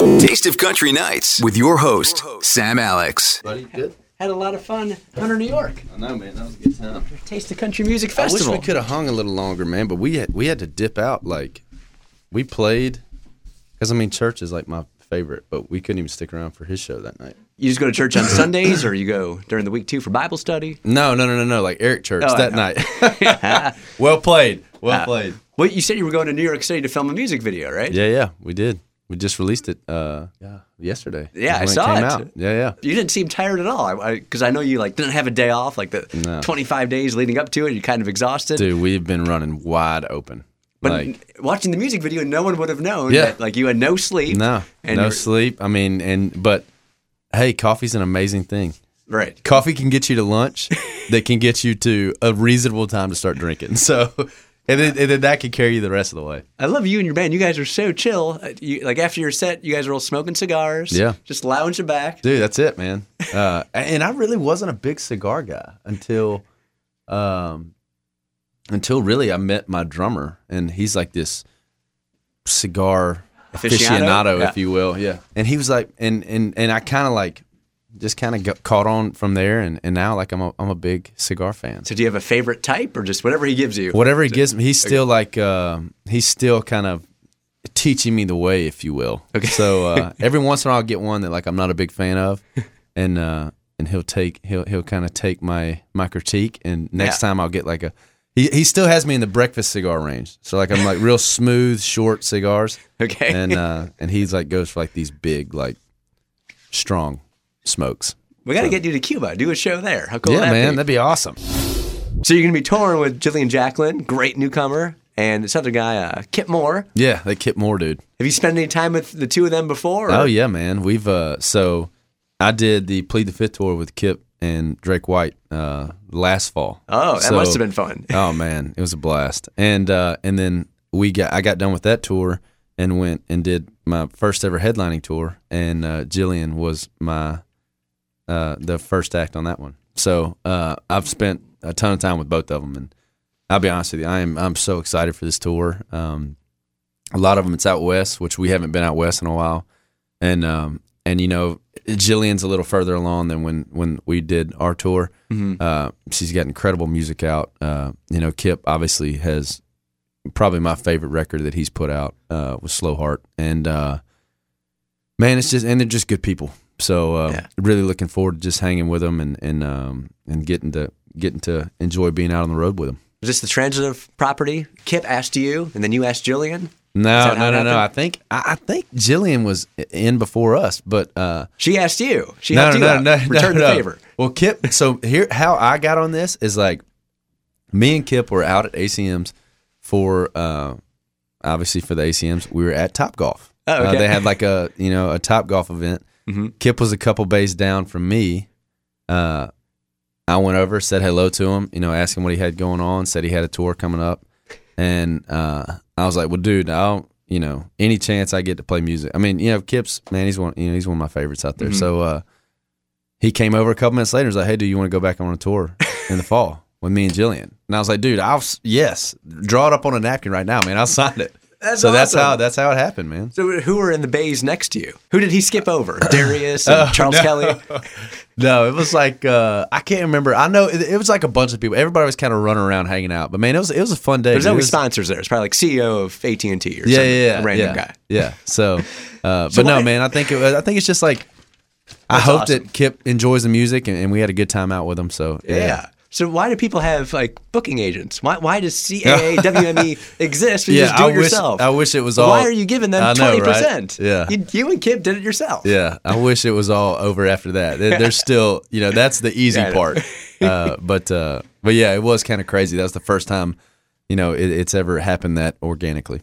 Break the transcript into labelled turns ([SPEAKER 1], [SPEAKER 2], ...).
[SPEAKER 1] Taste of Country Nights with your host, Sam Alex.
[SPEAKER 2] Buddy, good.
[SPEAKER 3] Had a lot of fun. Hunter, New York.
[SPEAKER 2] I know, man. That was a good time.
[SPEAKER 3] Taste of Country Music
[SPEAKER 2] I wish
[SPEAKER 3] Festival.
[SPEAKER 2] we could have hung a little longer, man. But we had, we had to dip out. Like we played, because I mean, church is like my favorite. But we couldn't even stick around for his show that night.
[SPEAKER 3] You just go to church on Sundays or you go during the week too for Bible study?
[SPEAKER 2] No, no, no, no, no. Like Eric Church
[SPEAKER 3] Oh, I
[SPEAKER 2] that
[SPEAKER 3] know.
[SPEAKER 2] night. well played. Well played.
[SPEAKER 3] Well, you said you were going to New York City to film a music video, right?
[SPEAKER 2] Yeah, yeah. We did. We just released it. Uh, yeah, yesterday.
[SPEAKER 3] Yeah, I
[SPEAKER 2] When
[SPEAKER 3] saw
[SPEAKER 2] came
[SPEAKER 3] it.
[SPEAKER 2] out. Yeah, yeah.
[SPEAKER 3] You didn't seem tired at all, because I, know you like didn't have a day off. Like the
[SPEAKER 2] No.
[SPEAKER 3] 25 days leading up to it, you're kind of exhausted.
[SPEAKER 2] Dude, we've been running wide open.
[SPEAKER 3] but
[SPEAKER 2] like,
[SPEAKER 3] watching the music video, no one would have known.
[SPEAKER 2] Yeah.
[SPEAKER 3] that, like you had no sleep.
[SPEAKER 2] no,
[SPEAKER 3] and
[SPEAKER 2] no
[SPEAKER 3] you're-
[SPEAKER 2] sleep. I mean, and but hey, coffee's an amazing thing.
[SPEAKER 3] Right.
[SPEAKER 2] coffee can get you to lunch that can get you to a reasonable time to start drinking so and then, and then that can carry you the rest of the way
[SPEAKER 3] I love you and your band. You guys are so chill. Uh, You, like after your set, you guys are all smoking cigars.
[SPEAKER 2] Yeah.
[SPEAKER 3] Just lounging back.
[SPEAKER 2] dude that's it man uh, and i really wasn't a big cigar guy until um, until really i met my drummer and he's like this cigar
[SPEAKER 3] Aficionado?
[SPEAKER 2] aficionado,
[SPEAKER 3] Yeah.
[SPEAKER 2] if you will yeah and he was like and and, and i kind of like just kind of got caught on from there and, and now like i'm a, I'm a big cigar fan
[SPEAKER 3] So do you have a favorite type or just whatever he gives you?
[SPEAKER 2] whatever he gives me, he's still like um, he's still kind of teaching me the way, if you will. Okay. So uh, every once in a while, I'll get one that like I'm not a big fan of, and uh, and he'll take he'll he'll kind of take my my critique, and next
[SPEAKER 3] Yeah.
[SPEAKER 2] time I'll get like a. He, he still has me in the breakfast cigar range, so like I'm like real smooth, short cigars,
[SPEAKER 3] Okay.
[SPEAKER 2] and uh, and he's like goes for like these big, like strong smokes.
[SPEAKER 3] we got to get you to Cuba. Do a show there. How cool
[SPEAKER 2] yeah,
[SPEAKER 3] would that
[SPEAKER 2] man,
[SPEAKER 3] be?
[SPEAKER 2] that'd be awesome.
[SPEAKER 3] So you're going to be touring with Jillian Jacqueline, great newcomer, and this other guy, uh, Kip Moore.
[SPEAKER 2] Yeah, that Kip Moore dude.
[SPEAKER 3] Have you spent any time with the two of them before? or-
[SPEAKER 2] Oh yeah, man. We've uh so I did the Plead the Fifth tour with Kip and Drake White uh last fall.
[SPEAKER 3] Oh, that
[SPEAKER 2] So-
[SPEAKER 3] must have been fun.
[SPEAKER 2] oh man, it was a blast. And uh and then we got I got done with that tour and went and did my first ever headlining tour and uh Jillian was my uh the first act on that one. So uh I've spent a ton of time with both of them and I'll be honest with you, I am I'm so excited for this tour. Um a lot of them it's out west, which we haven't been out west in a while. And um and you know, Jillian's a little further along than when when we did our tour.
[SPEAKER 3] Mm-hmm.
[SPEAKER 2] Uh, she's got incredible music out. Uh, you know, Kip obviously has probably my favorite record that he's put out uh, was Slow Heart, and uh, man, it's just and they're just good people. So uh,
[SPEAKER 3] Yeah.
[SPEAKER 2] really looking forward to just hanging with them and and um, and getting to getting to enjoy being out on the road with them.
[SPEAKER 3] Was this the transitive property? Kip asked you, and then you asked Jillian.
[SPEAKER 2] No,
[SPEAKER 3] that how
[SPEAKER 2] no,
[SPEAKER 3] it
[SPEAKER 2] no, no. I
[SPEAKER 3] happened?
[SPEAKER 2] think I, I think Jillian was in before us, but uh,
[SPEAKER 3] She asked you. She
[SPEAKER 2] no,
[SPEAKER 3] helped
[SPEAKER 2] no,
[SPEAKER 3] you
[SPEAKER 2] no,
[SPEAKER 3] out.
[SPEAKER 2] no,
[SPEAKER 3] Return
[SPEAKER 2] no,
[SPEAKER 3] the
[SPEAKER 2] no.
[SPEAKER 3] favor.
[SPEAKER 2] Well, Kip. So here, how I got on this is like, me and Kip were out at ACMs for, uh, obviously for the ACMs. We were at Top Golf. Uh,
[SPEAKER 3] Oh, okay. Mm-hmm.
[SPEAKER 2] they had like a you know a Top Golf event. Kip was a couple bays down from me. Uh, I went over, said hello to him. You know, asked him what he had going on. Said he had a tour coming up, and uh, I was like, well, dude, I'll. You know, any chance I get to play music. I mean, you know, Kip's man, he's one. You know, he's one of my favorites out
[SPEAKER 3] Mm-hmm.
[SPEAKER 2] there. So, uh, he came over a couple minutes later and was like, "Hey, do you want to go back on a tour in the fall with me and Jillian?" And I was like, "Dude, I'll s- yes, draw it up on a napkin right now, man. I'll sign it."
[SPEAKER 3] That's
[SPEAKER 2] so that's
[SPEAKER 3] awesome.
[SPEAKER 2] how that's how it happened, man.
[SPEAKER 3] So who were in the bays next to you? Who did he skip over?
[SPEAKER 2] Uh,
[SPEAKER 3] Darius
[SPEAKER 2] oh,
[SPEAKER 3] and Charles Kelly?
[SPEAKER 2] No, it was like uh, I can't remember. I know it, it was like a bunch of people. Everybody was kind of running around hanging out, but man, it was it was a fun day.
[SPEAKER 3] There's
[SPEAKER 2] dude. It
[SPEAKER 3] always
[SPEAKER 2] was-
[SPEAKER 3] sponsors there. It's probably like CEO of AT and T or
[SPEAKER 2] yeah,
[SPEAKER 3] some
[SPEAKER 2] yeah, yeah,
[SPEAKER 3] random
[SPEAKER 2] yeah,
[SPEAKER 3] guy.
[SPEAKER 2] Yeah. So, uh, but
[SPEAKER 3] why-
[SPEAKER 2] no, man, I think it, was- I think it's just like I hope that Kip enjoys the music and, and we had a good time out with him. So
[SPEAKER 3] Yeah. So why do people have like booking agents? Why why does CAA WME E exist? When you just do
[SPEAKER 2] I
[SPEAKER 3] it
[SPEAKER 2] wish,
[SPEAKER 3] yourself.
[SPEAKER 2] I wish it was all.
[SPEAKER 3] why are you giving
[SPEAKER 2] I
[SPEAKER 3] them
[SPEAKER 2] know,
[SPEAKER 3] twenty
[SPEAKER 2] right?
[SPEAKER 3] percent?
[SPEAKER 2] Yeah.
[SPEAKER 3] You, you and Kip did it yourself.
[SPEAKER 2] yeah, I wish it was all over after that. There- There's still, you know, that's the easy
[SPEAKER 3] Yeah, I know.
[SPEAKER 2] part. Uh, but uh, but yeah, it was kind of crazy. That was the first time, you know, it, it's ever happened that organically.